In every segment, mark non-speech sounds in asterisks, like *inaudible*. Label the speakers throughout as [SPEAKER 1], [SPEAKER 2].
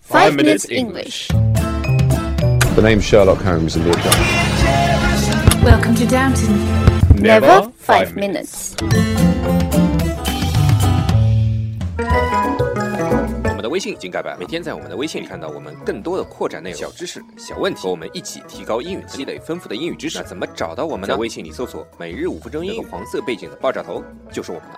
[SPEAKER 1] Five minutes English.
[SPEAKER 2] The name's Sherlock Holmes and we're done.
[SPEAKER 3] Welcome to Downton.
[SPEAKER 1] Never five minutes.
[SPEAKER 4] 我们的微信已经改版，每天在我们的微信里看到我们更多的扩展内容、小知识、小问题，和我们一起提高英语，积累丰富的英语知识。那怎么找到我们呢？在微信里搜索“每日五分钟英语”，黄色背景的爆炸头就是我们了。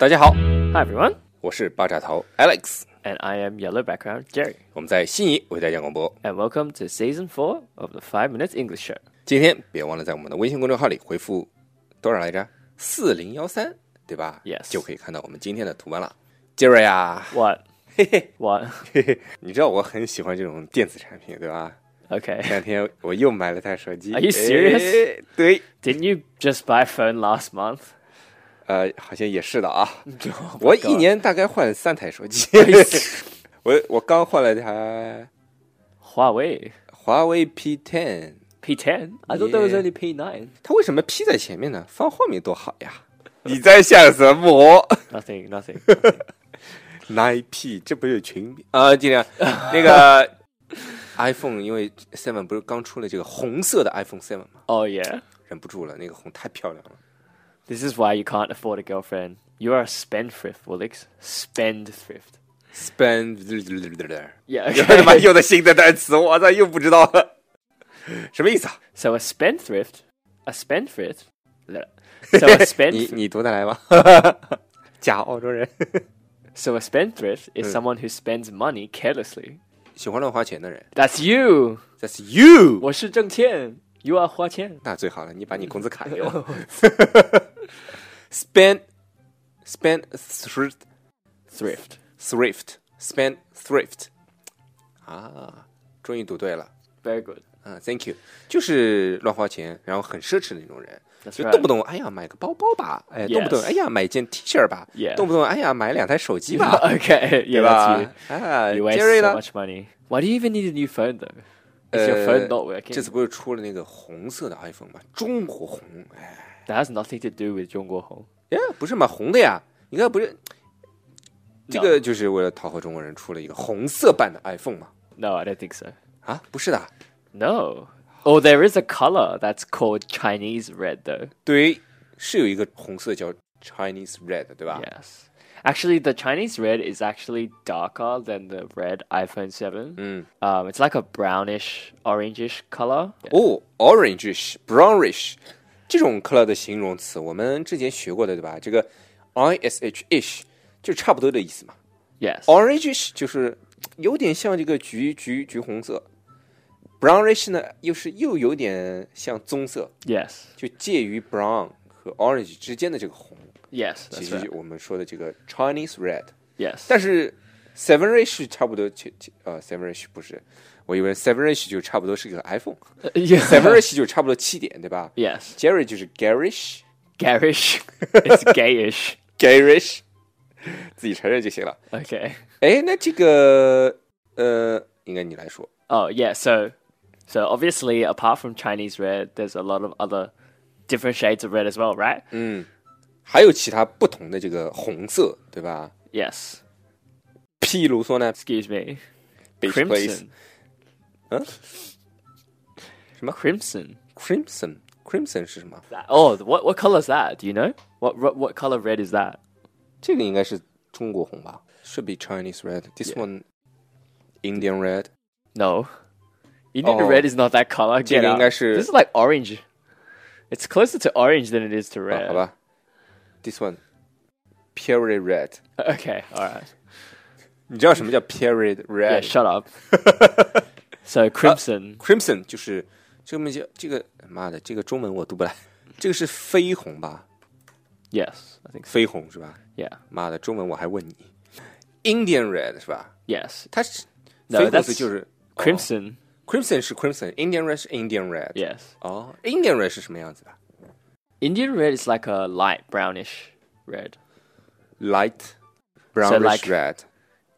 [SPEAKER 4] 大家好，
[SPEAKER 5] Hi everyone,
[SPEAKER 4] 我是爆炸头 Alex，
[SPEAKER 5] and I am Yellow Background Jerry,
[SPEAKER 4] 我们在悉尼为大家广播。
[SPEAKER 5] and welcome to season four of the Five Minutes English Show.
[SPEAKER 4] 今天别忘了在我们的微信公众号里回复多少来着？四零幺三，对吧
[SPEAKER 5] Yes
[SPEAKER 4] 就可以看到我们今天的图文了。杰瑞啊， *laughs*
[SPEAKER 5] *laughs* What?
[SPEAKER 4] 嘿嘿
[SPEAKER 5] What?
[SPEAKER 4] 嘿嘿，你知道我很喜欢这种电子产品，对吧？ *laughs* 前
[SPEAKER 5] Okay.
[SPEAKER 4] 两天我又买了台手机。
[SPEAKER 5] Are you serious？
[SPEAKER 4] 哎对，
[SPEAKER 5] Didn't you just buy a phone last month? *laughs* Oh
[SPEAKER 4] 呃，好像也是的啊。我一年大概换三台手机。 *laughs* 我我刚换了台
[SPEAKER 5] Huawei
[SPEAKER 4] 华为 P Ten，
[SPEAKER 5] P10. I thought there was
[SPEAKER 4] Yeah.
[SPEAKER 5] only P9.
[SPEAKER 4] 它为什么 P 在前面呢？放后面多好呀！你在想什么 *laughs*
[SPEAKER 5] Nothing. Nothing. *laughs*
[SPEAKER 4] ？Nine P，这不是群名啊？尽量那
[SPEAKER 5] *laughs*
[SPEAKER 4] 个 iPhone，因为 Seven 不是刚出了这个红色的 iPhone Seven 吗？
[SPEAKER 5] oh yeah.
[SPEAKER 4] 忍不住了，那个红太漂亮了。
[SPEAKER 5] This is why you can't afford a girlfriend. You are a spendthrift, Willix. Spendthrift.
[SPEAKER 4] *laughs* Spend，
[SPEAKER 5] *laughs* Yeah.
[SPEAKER 4] 他妈
[SPEAKER 5] Okay.
[SPEAKER 4] 用的新的单词，我操，又不知道了， *laughs* 什么意思啊？
[SPEAKER 5] so a spendthrift. A spendthrift.
[SPEAKER 4] *laughs*
[SPEAKER 5] So *laughs* a
[SPEAKER 4] 你
[SPEAKER 5] spendthrift.
[SPEAKER 4] 你读得来 *laughs* 吗？假澳洲人，
[SPEAKER 5] So a spendthrift is
[SPEAKER 4] Mm.
[SPEAKER 5] someone who spends money carelessly.
[SPEAKER 4] 喜欢乱花钱的人
[SPEAKER 5] That's you.
[SPEAKER 4] ，That's you。
[SPEAKER 5] 我是挣钱，You are 花钱。
[SPEAKER 4] 那最好了，你把你工资卡给我。spend spend thrift
[SPEAKER 5] Thrift.
[SPEAKER 4] thrift spend thrift 啊，终于读对了。
[SPEAKER 5] Very good.
[SPEAKER 4] 啊、t h a n k you，就是乱花钱，然后很奢侈的那种人
[SPEAKER 5] That's
[SPEAKER 4] 就
[SPEAKER 5] right.
[SPEAKER 4] 动不动哎呀买个包包吧，哎
[SPEAKER 5] Yes.
[SPEAKER 4] 动不动哎呀买一件 T 恤吧
[SPEAKER 5] Yeah.
[SPEAKER 4] 动不动哎呀买两台手机吧
[SPEAKER 5] *laughs* okay.
[SPEAKER 4] 对
[SPEAKER 5] Yeah,
[SPEAKER 4] 吧
[SPEAKER 5] that's？
[SPEAKER 4] 啊
[SPEAKER 5] you. You waste
[SPEAKER 4] Uh, ，Jerry
[SPEAKER 5] so
[SPEAKER 4] 呢？
[SPEAKER 5] much money. Why do you even need a new phone though? Is
[SPEAKER 4] 呃
[SPEAKER 5] your phone not working?
[SPEAKER 4] 这次不是出了那个红色的 iPhone 吗？中国红，哎
[SPEAKER 5] That has nothing to do with 中国红。
[SPEAKER 4] 呀，不是蛮红的呀？你看不是
[SPEAKER 5] No.
[SPEAKER 4] 这个就是为了讨好中国人出了一个红色版的 iPhone 嘛？
[SPEAKER 5] No, I don't think so.
[SPEAKER 4] 啊，不是的，
[SPEAKER 5] No. Oh, there is a color that's called Chinese red though.
[SPEAKER 4] 对，是有一个红色叫 Chinese Red，对吧
[SPEAKER 5] Yes. Actually, the Chinese red is actually darker than the red iPhone 7.
[SPEAKER 4] 嗯，
[SPEAKER 5] Um, it's like a brownish, orangish color.
[SPEAKER 4] 哦，orangish、brownish 这种 color 的形容词，我们之前学过的，对吧？这个 ish，ish 就差不多的意思嘛。
[SPEAKER 5] Yes.
[SPEAKER 4] orangish 就是有点像这个橘橘橘红色，brownish 呢又是又有点像棕色，
[SPEAKER 5] Yes.
[SPEAKER 4] 就介于 brown 和 orange 之间的这个红，
[SPEAKER 5] Yes.
[SPEAKER 4] 其
[SPEAKER 5] That's
[SPEAKER 4] 实
[SPEAKER 5] right.
[SPEAKER 4] 就我们说的这个 Chinese red。
[SPEAKER 5] Yes.
[SPEAKER 4] 但是 sevenish 差不多，其其呃 sevenish 不是，我以为 sevenish 就差不多是个 iPhone，sevenish
[SPEAKER 5] Yeah.
[SPEAKER 4] 就差不多七点对吧
[SPEAKER 5] Yes.
[SPEAKER 4] ？Jerry 就是 garish
[SPEAKER 5] Garish. it's gayish.
[SPEAKER 4] garish，自己承认就行了。
[SPEAKER 5] Okay.
[SPEAKER 4] 哎，那这个呃，应该你来说。
[SPEAKER 5] Oh yeah. So, so obviously, apart from Chinese red, there's a lot of other different shades of red as well, right?
[SPEAKER 4] 还有其他不同的这个红色，对吧？
[SPEAKER 5] Yes.
[SPEAKER 4] 譬如说呢
[SPEAKER 5] Excuse me.
[SPEAKER 4] b e a c Place
[SPEAKER 5] Crimson.
[SPEAKER 4] 嗯？
[SPEAKER 5] 什么 crimson?
[SPEAKER 4] Crimson Crimson 是什么？
[SPEAKER 5] Oh, what what color is that? Do you know what what, what color red is that?
[SPEAKER 4] 这个应该是中国红吧？Should be Chinese red. This
[SPEAKER 5] Yeah.
[SPEAKER 4] one Indian red.
[SPEAKER 5] No, Indian
[SPEAKER 4] Oh.
[SPEAKER 5] red is not that color. Get out.
[SPEAKER 4] 这个应该是-
[SPEAKER 5] This is like orange. It's closer to orange than it is to
[SPEAKER 4] 啊
[SPEAKER 5] red.
[SPEAKER 4] 好吧，This one Pure red.
[SPEAKER 5] Okay. All right.
[SPEAKER 4] 你知道什么叫 Pure
[SPEAKER 5] Yeah,
[SPEAKER 4] red？
[SPEAKER 5] shut up. so crimson.
[SPEAKER 4] Crimson 就是这么叫这个妈的，这个中文我读不来。这个是绯红吧？
[SPEAKER 5] yes, I think. So.
[SPEAKER 4] 绯红是吧？
[SPEAKER 5] Yeah.
[SPEAKER 4] 妈的，中文我还问你，Indian red 是吧？
[SPEAKER 5] Yes.
[SPEAKER 4] 它是
[SPEAKER 5] No,
[SPEAKER 4] 绯红
[SPEAKER 5] that's
[SPEAKER 4] 色就是哦
[SPEAKER 5] Crimson.
[SPEAKER 4] Crimson 是 Crimson，Indian Red 是 Indian Red。
[SPEAKER 5] Yes.
[SPEAKER 4] 哦，Indian Red 是什么样子的
[SPEAKER 5] Indian red is like a light brownish red.
[SPEAKER 4] ？Light brownish
[SPEAKER 5] like-
[SPEAKER 4] red。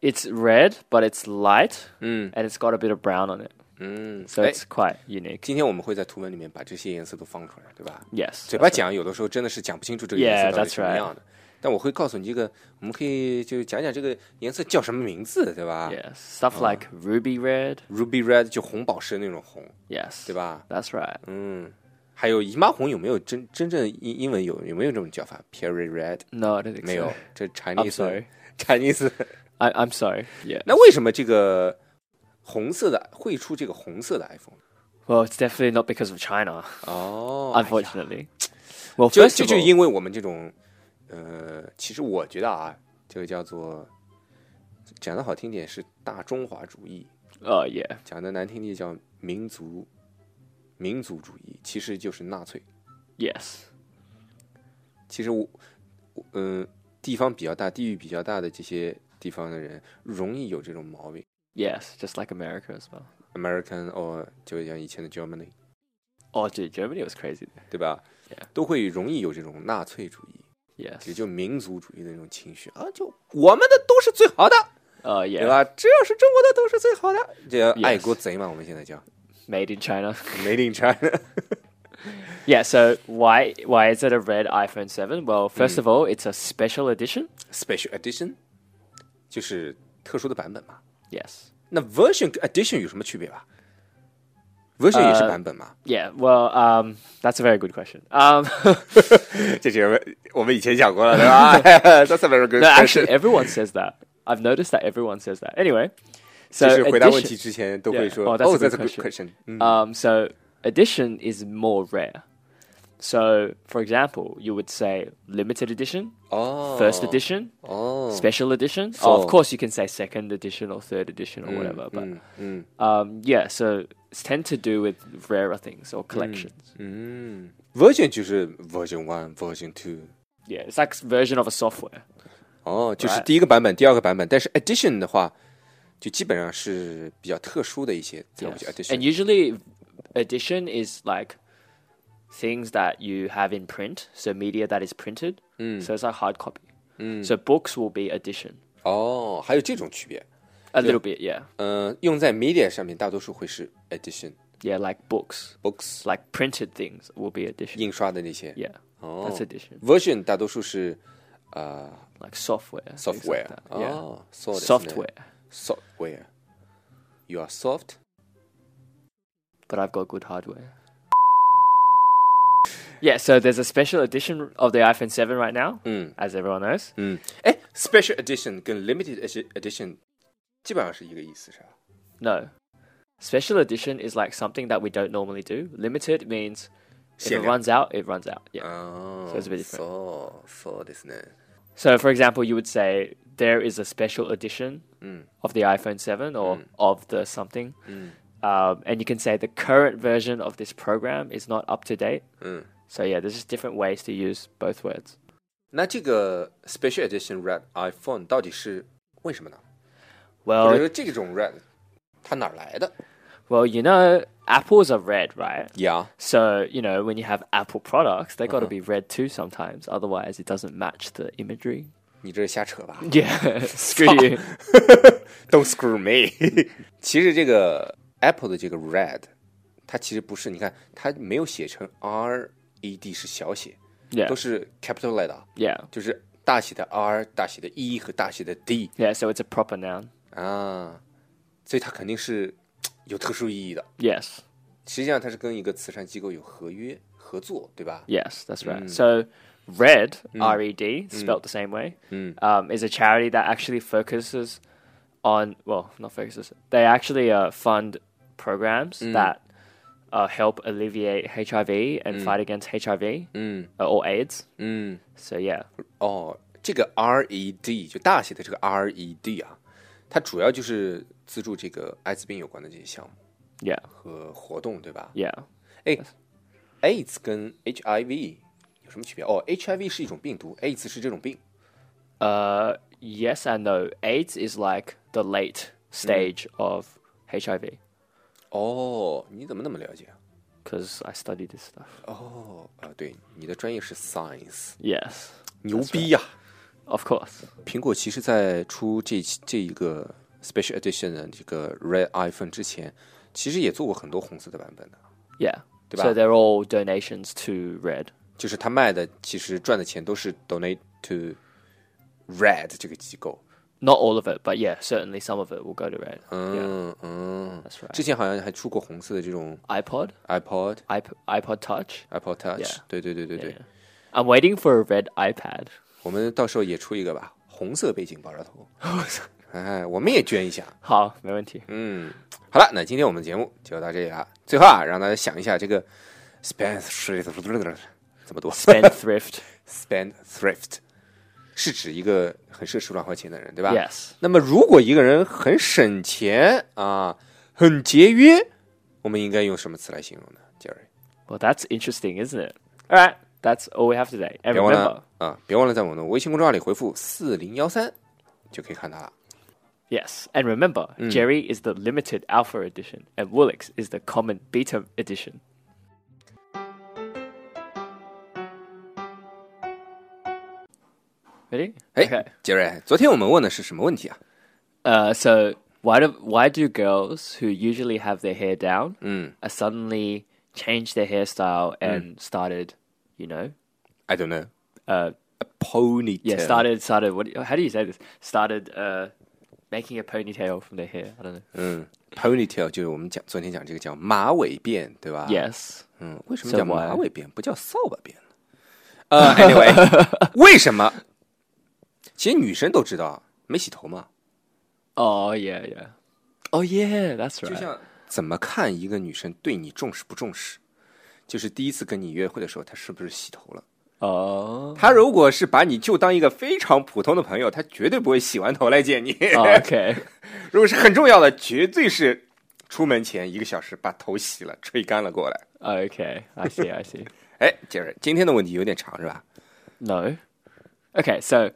[SPEAKER 5] It's red, but it's light
[SPEAKER 4] 嗯
[SPEAKER 5] and it's got a bit of brown on it.
[SPEAKER 4] 嗯，
[SPEAKER 5] So
[SPEAKER 4] 哎
[SPEAKER 5] it's quite unique.
[SPEAKER 4] 今天我们会在图文里面把这些颜色都放出来，对吧？
[SPEAKER 5] Yes.
[SPEAKER 4] 嘴巴
[SPEAKER 5] that's right.
[SPEAKER 4] 讲有的时候真的是讲不清楚这个颜色
[SPEAKER 5] Yeah,
[SPEAKER 4] 到底是什么
[SPEAKER 5] that's right.
[SPEAKER 4] 样的。但但我会告诉你这个，我们可以就讲讲这个颜色叫什么名字，对吧
[SPEAKER 5] Yes, stuff like ruby red.
[SPEAKER 4] Ruby red 就红宝石那种红，
[SPEAKER 5] Yes,
[SPEAKER 4] 对吧？
[SPEAKER 5] That's right.
[SPEAKER 4] 嗯，还有姨妈红有没有真真正英英文有有没有这种叫法？Perry red
[SPEAKER 5] No, I don't think
[SPEAKER 4] 没有
[SPEAKER 5] so.，
[SPEAKER 4] 这
[SPEAKER 5] I'm
[SPEAKER 4] Chinese
[SPEAKER 5] sorry.
[SPEAKER 4] *laughs* Chinese。
[SPEAKER 5] I, I'm sorry. Yeah.
[SPEAKER 4] 那为什么这个红色的会出这个红色的 iPhone？
[SPEAKER 5] Well, it's definitely not because of China,
[SPEAKER 4] 哦
[SPEAKER 5] unfortunately. Well,
[SPEAKER 4] 就
[SPEAKER 5] first
[SPEAKER 4] 就
[SPEAKER 5] of
[SPEAKER 4] 就
[SPEAKER 5] all,
[SPEAKER 4] 因为我们这种，呃，其实我觉得啊，这个叫做讲的好听点是大中华主义，
[SPEAKER 5] oh yeah,
[SPEAKER 4] 讲的难听点叫民族民族主义，其实就是纳粹。
[SPEAKER 5] yes,
[SPEAKER 4] 其实我，我嗯、地方比较大、地域比较大的这些地方的人，容易有这种毛病。
[SPEAKER 5] yes, just like America as well.
[SPEAKER 4] American or 就像以前的 Germany，
[SPEAKER 5] Oh, dude, Germany was crazy.
[SPEAKER 4] 对吧
[SPEAKER 5] Yeah
[SPEAKER 4] 都会容易有这种纳粹主义，
[SPEAKER 5] Yes.
[SPEAKER 4] 也就民族主义的那种情绪啊，就我们的都是最好的，
[SPEAKER 5] Oh
[SPEAKER 4] 对
[SPEAKER 5] yeah,
[SPEAKER 4] 吧？只要是中国的都是最好的，这叫
[SPEAKER 5] Yes
[SPEAKER 4] 爱国贼嘛，我们现在叫
[SPEAKER 5] made in China.
[SPEAKER 4] *laughs*
[SPEAKER 5] *laughs*
[SPEAKER 4] Made in China。
[SPEAKER 5] Yeah, so why why is it a red iPhone 7? Well, first
[SPEAKER 4] Hmm.
[SPEAKER 5] of all, it's a special edition.
[SPEAKER 4] Special Edition 就是特殊的版本嘛。
[SPEAKER 5] Yes.
[SPEAKER 4] 那 Version 跟 Edition 有什么区别吧？Version 也是版本嘛？
[SPEAKER 5] Yeah, well, um, that's a very good question. Um, *laughs*
[SPEAKER 4] 这是我们以前讲过了，对 *laughs* 吧？That's a very good
[SPEAKER 5] no,
[SPEAKER 4] question。
[SPEAKER 5] actually, everyone says that. I've noticed that everyone says that. Anyway,
[SPEAKER 4] 就
[SPEAKER 5] so
[SPEAKER 4] 是回答问
[SPEAKER 5] edition-
[SPEAKER 4] 题之前都会说
[SPEAKER 5] Yeah.
[SPEAKER 4] “Oh,
[SPEAKER 5] Oh, that's a
[SPEAKER 4] that's a
[SPEAKER 5] good
[SPEAKER 4] good question”。
[SPEAKER 5] question.
[SPEAKER 4] 嗯
[SPEAKER 5] Um, so edition is more rare. So, for example, you would say limited edition,
[SPEAKER 4] 哦
[SPEAKER 5] first edition,
[SPEAKER 4] 哦，
[SPEAKER 5] special edition.
[SPEAKER 4] So-
[SPEAKER 5] Oh, of course, you can say second edition or third edition
[SPEAKER 4] Hmm,
[SPEAKER 5] or whatever. But
[SPEAKER 4] 嗯嗯
[SPEAKER 5] um, yeah, so it's tend to do with rarer things or collections.
[SPEAKER 4] Mm. 嗯，Version 就是 Version One、Version Two。
[SPEAKER 5] Yeah, it's like s- version of a software.
[SPEAKER 4] 哦，就是
[SPEAKER 5] 对
[SPEAKER 4] 第一个版本、第二个版本，但是 Edition 的话，就基本上是比较特殊的一些才会
[SPEAKER 5] Yes.
[SPEAKER 4] 叫 Edition
[SPEAKER 5] And。usually, edition is like things that you have in print, so media that is printed.
[SPEAKER 4] Mm.
[SPEAKER 5] So it's like hard copy. So books will be edition
[SPEAKER 4] 哦，还有这种区别。
[SPEAKER 5] a little bit. Yeah,
[SPEAKER 4] 呃，用在 media 上面大多数会是 edition
[SPEAKER 5] yeah, like books,
[SPEAKER 4] books
[SPEAKER 5] like printed things will be edition.
[SPEAKER 4] 印刷的那些
[SPEAKER 5] Yeah,
[SPEAKER 4] 哦
[SPEAKER 5] that's edition.
[SPEAKER 4] version 大多数是呃
[SPEAKER 5] Like software, things like
[SPEAKER 4] software Oh,
[SPEAKER 5] that, yeah.
[SPEAKER 4] 哦
[SPEAKER 5] software.
[SPEAKER 4] software you are soft
[SPEAKER 5] But I've got good hardware. Yeah, so there's a special edition of the iPhone 7 right now, as everyone knows.
[SPEAKER 4] 嗯哎 special edition 跟 limited edi- edition 基本上是一个意思是吧？
[SPEAKER 5] No. Special edition is like something that we don't normally do. Limited means if
[SPEAKER 4] 限
[SPEAKER 5] it
[SPEAKER 4] 量
[SPEAKER 5] runs out, it runs out.
[SPEAKER 4] Uh.
[SPEAKER 5] Yeah.
[SPEAKER 4] 哦
[SPEAKER 5] So it's a bit different.
[SPEAKER 4] so so ですね
[SPEAKER 5] So, for example, you would say there is a special edition
[SPEAKER 4] 嗯
[SPEAKER 5] of the iPhone 7 or of the something. Um, and you can say the current version of this program is not up to date.
[SPEAKER 4] 嗯
[SPEAKER 5] So, yeah, there's just different ways to use both words.
[SPEAKER 4] 那这个 special edition red iPhone 到底是为什么呢？或
[SPEAKER 5] Well,
[SPEAKER 4] 者说这种 red 它哪儿来的
[SPEAKER 5] well, you know, apples are red, right?
[SPEAKER 4] 呀
[SPEAKER 5] So, you know, when you have Apple products, they got to be red too sometimes. Otherwise, it doesn't match the imagery.
[SPEAKER 4] 你这是瞎扯
[SPEAKER 5] *laughs*
[SPEAKER 4] 吧？
[SPEAKER 5] Yeah, screw you.
[SPEAKER 4] Don't screw me 。 *laughs* 其实这个 Apple 的这个 Red，它其实不是，你看它没有写成 R E D 是小写，
[SPEAKER 5] Yeah.
[SPEAKER 4] 都是 capital letter，
[SPEAKER 5] Yeah.
[SPEAKER 4] 就是大写的 R、大写的 E 和大写的 D
[SPEAKER 5] Yeah, so it's a proper noun.
[SPEAKER 4] 啊，所以它肯定是有特殊意义的。
[SPEAKER 5] Yes.
[SPEAKER 4] 实际上它是跟一个慈善机构有合约合作，对吧？
[SPEAKER 5] Yes, that's right. So, RED, R E D, spelt the same way, um, is a charity that actually focuses on, well, not focuses, they actually uh, fund programs that uh, help alleviate HIV and fight against HIV uh, or AIDS.
[SPEAKER 4] 嗯，
[SPEAKER 5] So, yeah.
[SPEAKER 4] 哦，这个 R E D 就大写的这个 R E D 啊，它主要就是资助这个艾滋病有关的这些项目
[SPEAKER 5] Yeah.
[SPEAKER 4] 和活动，对吧？
[SPEAKER 5] Yeah.
[SPEAKER 4] 哎，AIDS 跟 HIV 有什么区别？哦，HIV 是一种病毒，AIDS 是这种病。
[SPEAKER 5] Uh, yes and no. AIDS is like the late stage of HIV
[SPEAKER 4] 哦，你怎么那么了解啊？
[SPEAKER 5] because I study this stuff.
[SPEAKER 4] 哦，啊，对，你的专业是 science，
[SPEAKER 5] Yes,
[SPEAKER 4] 牛逼呀、
[SPEAKER 5] of course.
[SPEAKER 4] 苹果其实在出这期这一个 special edition 的这个 Red iPhone 之前，其实也做过很多红色的版本的，
[SPEAKER 5] Yeah.
[SPEAKER 4] Diba?
[SPEAKER 5] So they're all donations to Red.
[SPEAKER 4] 就是他卖的，其实赚的钱都是 donate to Red 这个机构。
[SPEAKER 5] Not all of it, but yeah, certainly some of it will go to Red. Yeah.
[SPEAKER 4] 嗯嗯
[SPEAKER 5] That's right.
[SPEAKER 4] 之前好像还出过红色的这种
[SPEAKER 5] iPod,
[SPEAKER 4] iPod、
[SPEAKER 5] iP- iPod Touch.
[SPEAKER 4] iPod Touch，、
[SPEAKER 5] Yeah.
[SPEAKER 4] 对对对对
[SPEAKER 5] Yeah,
[SPEAKER 4] 对
[SPEAKER 5] yeah. I'm waiting for a red iPad. *laughs*
[SPEAKER 4] 我们到时候也出一个吧，红色背景爆炸头。哎，我们也捐一下。
[SPEAKER 5] 好，没问题。 *laughs*
[SPEAKER 4] 嗯，好了，那今天我们的节目就到这里了。最后啊，让大家想一下这个 spend 怎么读
[SPEAKER 5] Spendthrift.
[SPEAKER 4] spend thrift 是指一个很舍手乱花钱的人，对吧
[SPEAKER 5] Yes.
[SPEAKER 4] 那么如果一个人很省钱啊，很节约，我们应该用什么词来形容呢？Jerry，
[SPEAKER 5] Well, that's interesting, isn't it? All right, that's all we have today. And
[SPEAKER 4] 别忘
[SPEAKER 5] remember,
[SPEAKER 4] 了啊，别忘了在我们的微信公众号里回复四零幺三就可以看到了。
[SPEAKER 5] yes, and remember, Jerry is the limited alpha edition, and Woolix is the common beta edition. Ready?
[SPEAKER 4] 哎
[SPEAKER 5] Okay.
[SPEAKER 4] ，Jerry，昨天我们问的是什么问题啊？
[SPEAKER 5] Uh, so why do why do girls who usually have their hair down uh, suddenly change their hairstyle and started, you know,
[SPEAKER 4] I don't know.
[SPEAKER 5] uh,
[SPEAKER 4] Ponytail.
[SPEAKER 5] yeah, started started what? How do you say this? Started uh, making a ponytail from their hair. I don't know.
[SPEAKER 4] 嗯，ponytail 就是我们讲昨天讲这个叫马尾辫，对吧
[SPEAKER 5] Yes.
[SPEAKER 4] 嗯，为什么
[SPEAKER 5] So
[SPEAKER 4] 叫马
[SPEAKER 5] why？
[SPEAKER 4] 尾辫不叫扫把辫呢？呃、a n y w a *laughs* y 为什么？其实女生都知道，没洗头嘛。
[SPEAKER 5] Oh yeah, yeah. Oh yeah, that's
[SPEAKER 4] 就
[SPEAKER 5] right.
[SPEAKER 4] 像哎怎么看一个女生对你重视不重视，就是第一次跟你约会的时候，她是不是洗头了？
[SPEAKER 5] Oh.
[SPEAKER 4] 她如果是把你就当一个非常普通的朋友，她绝对不会洗完头来见你。
[SPEAKER 5] oh, okay. *laughs*
[SPEAKER 4] 如果是很重要的，绝对是出门前一个小时把头洗了、吹干了过来。
[SPEAKER 5] Okay. I see. I see.
[SPEAKER 4] 哎，杰瑞，今天的问题有点长是吧？
[SPEAKER 5] No. Okay. So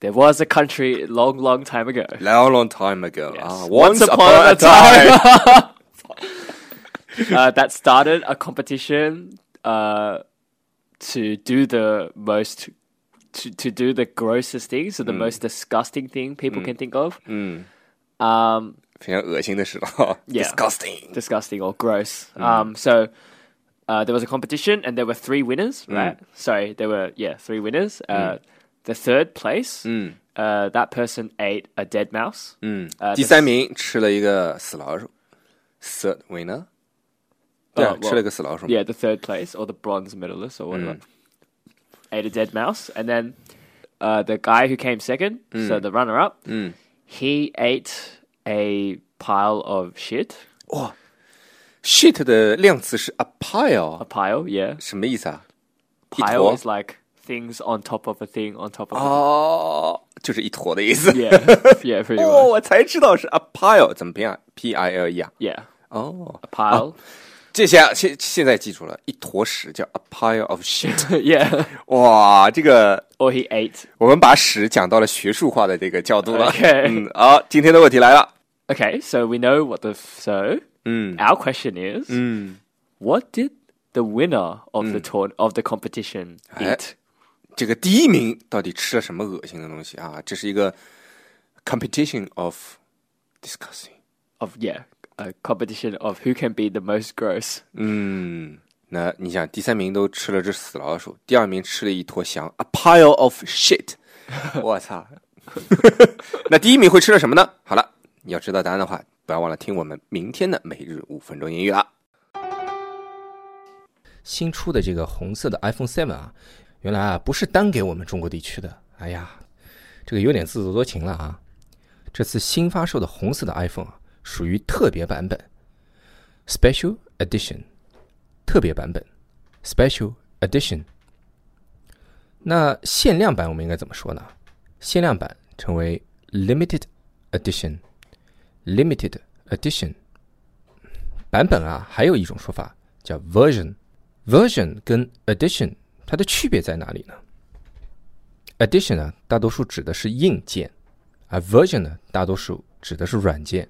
[SPEAKER 5] there was a country long, long time ago.
[SPEAKER 4] Long, long time ago.
[SPEAKER 5] Yes.
[SPEAKER 4] 啊
[SPEAKER 5] Once upon a
[SPEAKER 4] time.
[SPEAKER 5] uh, that started a competition uh, to do the most to, to do the grossest thing, so the most disgusting thing people can think of. Um,
[SPEAKER 4] 非常恶心的事了
[SPEAKER 5] Yeah.
[SPEAKER 4] Disgusting.
[SPEAKER 5] disgusting or gross. Um, so uh, there was a competition, and there were three winners. Right? Sorry, there were yeah three winners. Uh, the third place,
[SPEAKER 4] Mm.
[SPEAKER 5] uh, that person ate a dead mouse. Uh, 呃
[SPEAKER 4] 第三名吃了一个死老鼠。Third winner. 对啊，
[SPEAKER 5] 啊 oh, well,
[SPEAKER 4] 吃了个死老鼠嘛。
[SPEAKER 5] Yeah, the third place or the bronze medalist or whatever. Ate a dead mouse, and then uh, the guy who came second, so the runner-up, he ate a pile of shit.
[SPEAKER 4] Shit 的量词是 a
[SPEAKER 5] A
[SPEAKER 4] pile，
[SPEAKER 5] pile, yeah.
[SPEAKER 4] 什么意思啊？一
[SPEAKER 5] Pile
[SPEAKER 4] 坨
[SPEAKER 5] is like things on top of a thing on top of. a-
[SPEAKER 4] 哦，就是一坨的意思。
[SPEAKER 5] yeah, yeah, pretty
[SPEAKER 4] 哦，
[SPEAKER 5] much.
[SPEAKER 4] 我才知道是 a pile，怎么拼啊？P I L E 啊？
[SPEAKER 5] Yeah,
[SPEAKER 4] 哦
[SPEAKER 5] a，pile.
[SPEAKER 4] 这下现现在记住了，一坨屎叫 a pile of
[SPEAKER 5] *laughs*
[SPEAKER 4] shit。
[SPEAKER 5] yeah,
[SPEAKER 4] 哇，这个
[SPEAKER 5] or he ate.
[SPEAKER 4] 我们把屎讲到了学术化的这个角度了。
[SPEAKER 5] OK
[SPEAKER 4] 嗯，好，今天的问题来了。
[SPEAKER 5] Okay, so we know what the f- so. Our question is, what did the winner of the tour of the competition
[SPEAKER 4] Eh.
[SPEAKER 5] eat?
[SPEAKER 4] 这个第一名到底吃了什么恶心的东西啊？这是一个 competition of discussing。
[SPEAKER 5] of yeah a competition of who can be the most gross
[SPEAKER 4] 嗯，那你想，第三名都吃了只死老鼠，第二名吃了一坨翔，a pile of shit。我操！ *laughs* 那第一名会吃了什么呢？好了，你要知道答案的话，不要忘了听我们明天的每日五分钟英语了。
[SPEAKER 6] 新出的这个红色的 iPhone 7啊，原来啊不是单给我们中国地区的，哎呀，这个有点自作多情了啊！这次新发售的红色的 iPhone 啊，属于特别版本 （Special Edition），特别版本 （Special Edition）。那限量版我们应该怎么说呢？限量版成为 Limited Edition，Limited Edition。版本啊，还有一种说法叫 version。version 跟 edition 它的区别在哪里呢？edition 呢，大多数指的是硬件，而 version 呢，大多数指的是软件。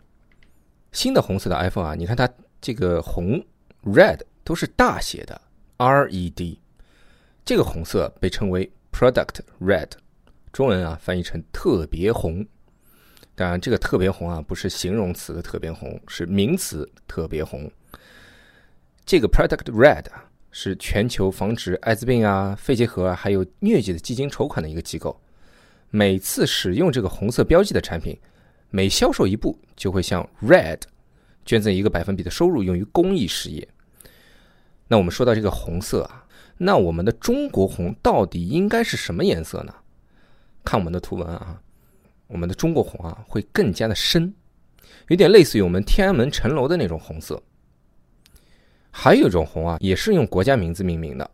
[SPEAKER 6] 新的红色的 iPhone 啊，你看它这个红 red 都是大写的 R E D，这个红色被称为 product red，中文啊翻译成特别红。当然，这个特别红啊，不是形容词的特别红，是名词特别红。这个 Product Red 啊，是全球防止艾滋病啊、肺结核啊，还有疟疾的基金筹款的一个机构。
[SPEAKER 4] 每次使用这个红色标记的产品，每销售一部就会向 Red 捐赠一个百分比的收入，用于公益事业。那我们说到这个红色啊，那我们的中国红到底应该是什么颜色呢？看我们的图文啊，我们的中国红啊会更加的深，有点类似于我们天安门城楼的那种红色。还有一种红啊，也是用国家名字命名的，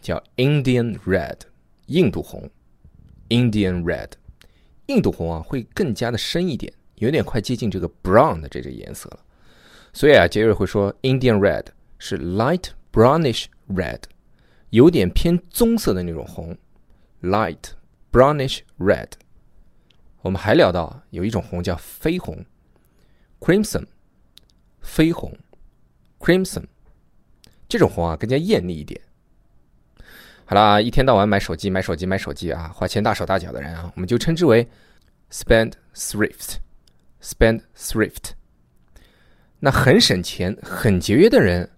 [SPEAKER 4] 叫 Indian Red，印度红，Indian Red，印度红啊会更加的深一点，有点快接近这个 brown 的这个颜色了。所以啊，杰瑞会说 Indian Red 是 light brownish red，有点偏棕色的那种红，light brownish red。我们还聊到啊有一种红叫绯红，crimson，绯红。crimson，这种红啊更加艳丽一点。好啦，一天到晚买手机、买手机、买手机啊，花钱大手大脚的人啊，我们就称之为 spend thrift，spend thrift。那很省钱、很节约的人，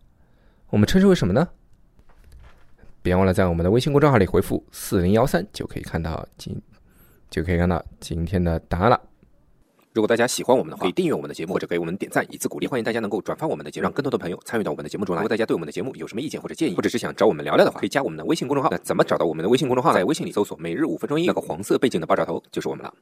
[SPEAKER 4] 我们称之为什么呢？别忘了在我们的微信公众号里回复“四零幺三”，就可以看到今就可以看到今天的答案了。
[SPEAKER 7] 如果大家喜欢我们的话，可以订阅我们的节目，或者给我们点赞以资鼓励。欢迎大家能够转发我们的节目，让更多的朋友参与到我们的节目中来。如果大家对我们的节目有什么意见或者建议，或者是想找我们聊聊的话，可以加我们的微信公众号。那怎么找到我们的微信公众号？在微信里搜索“每日五分钟一”，那个黄色背景的爆炸头就是我们了。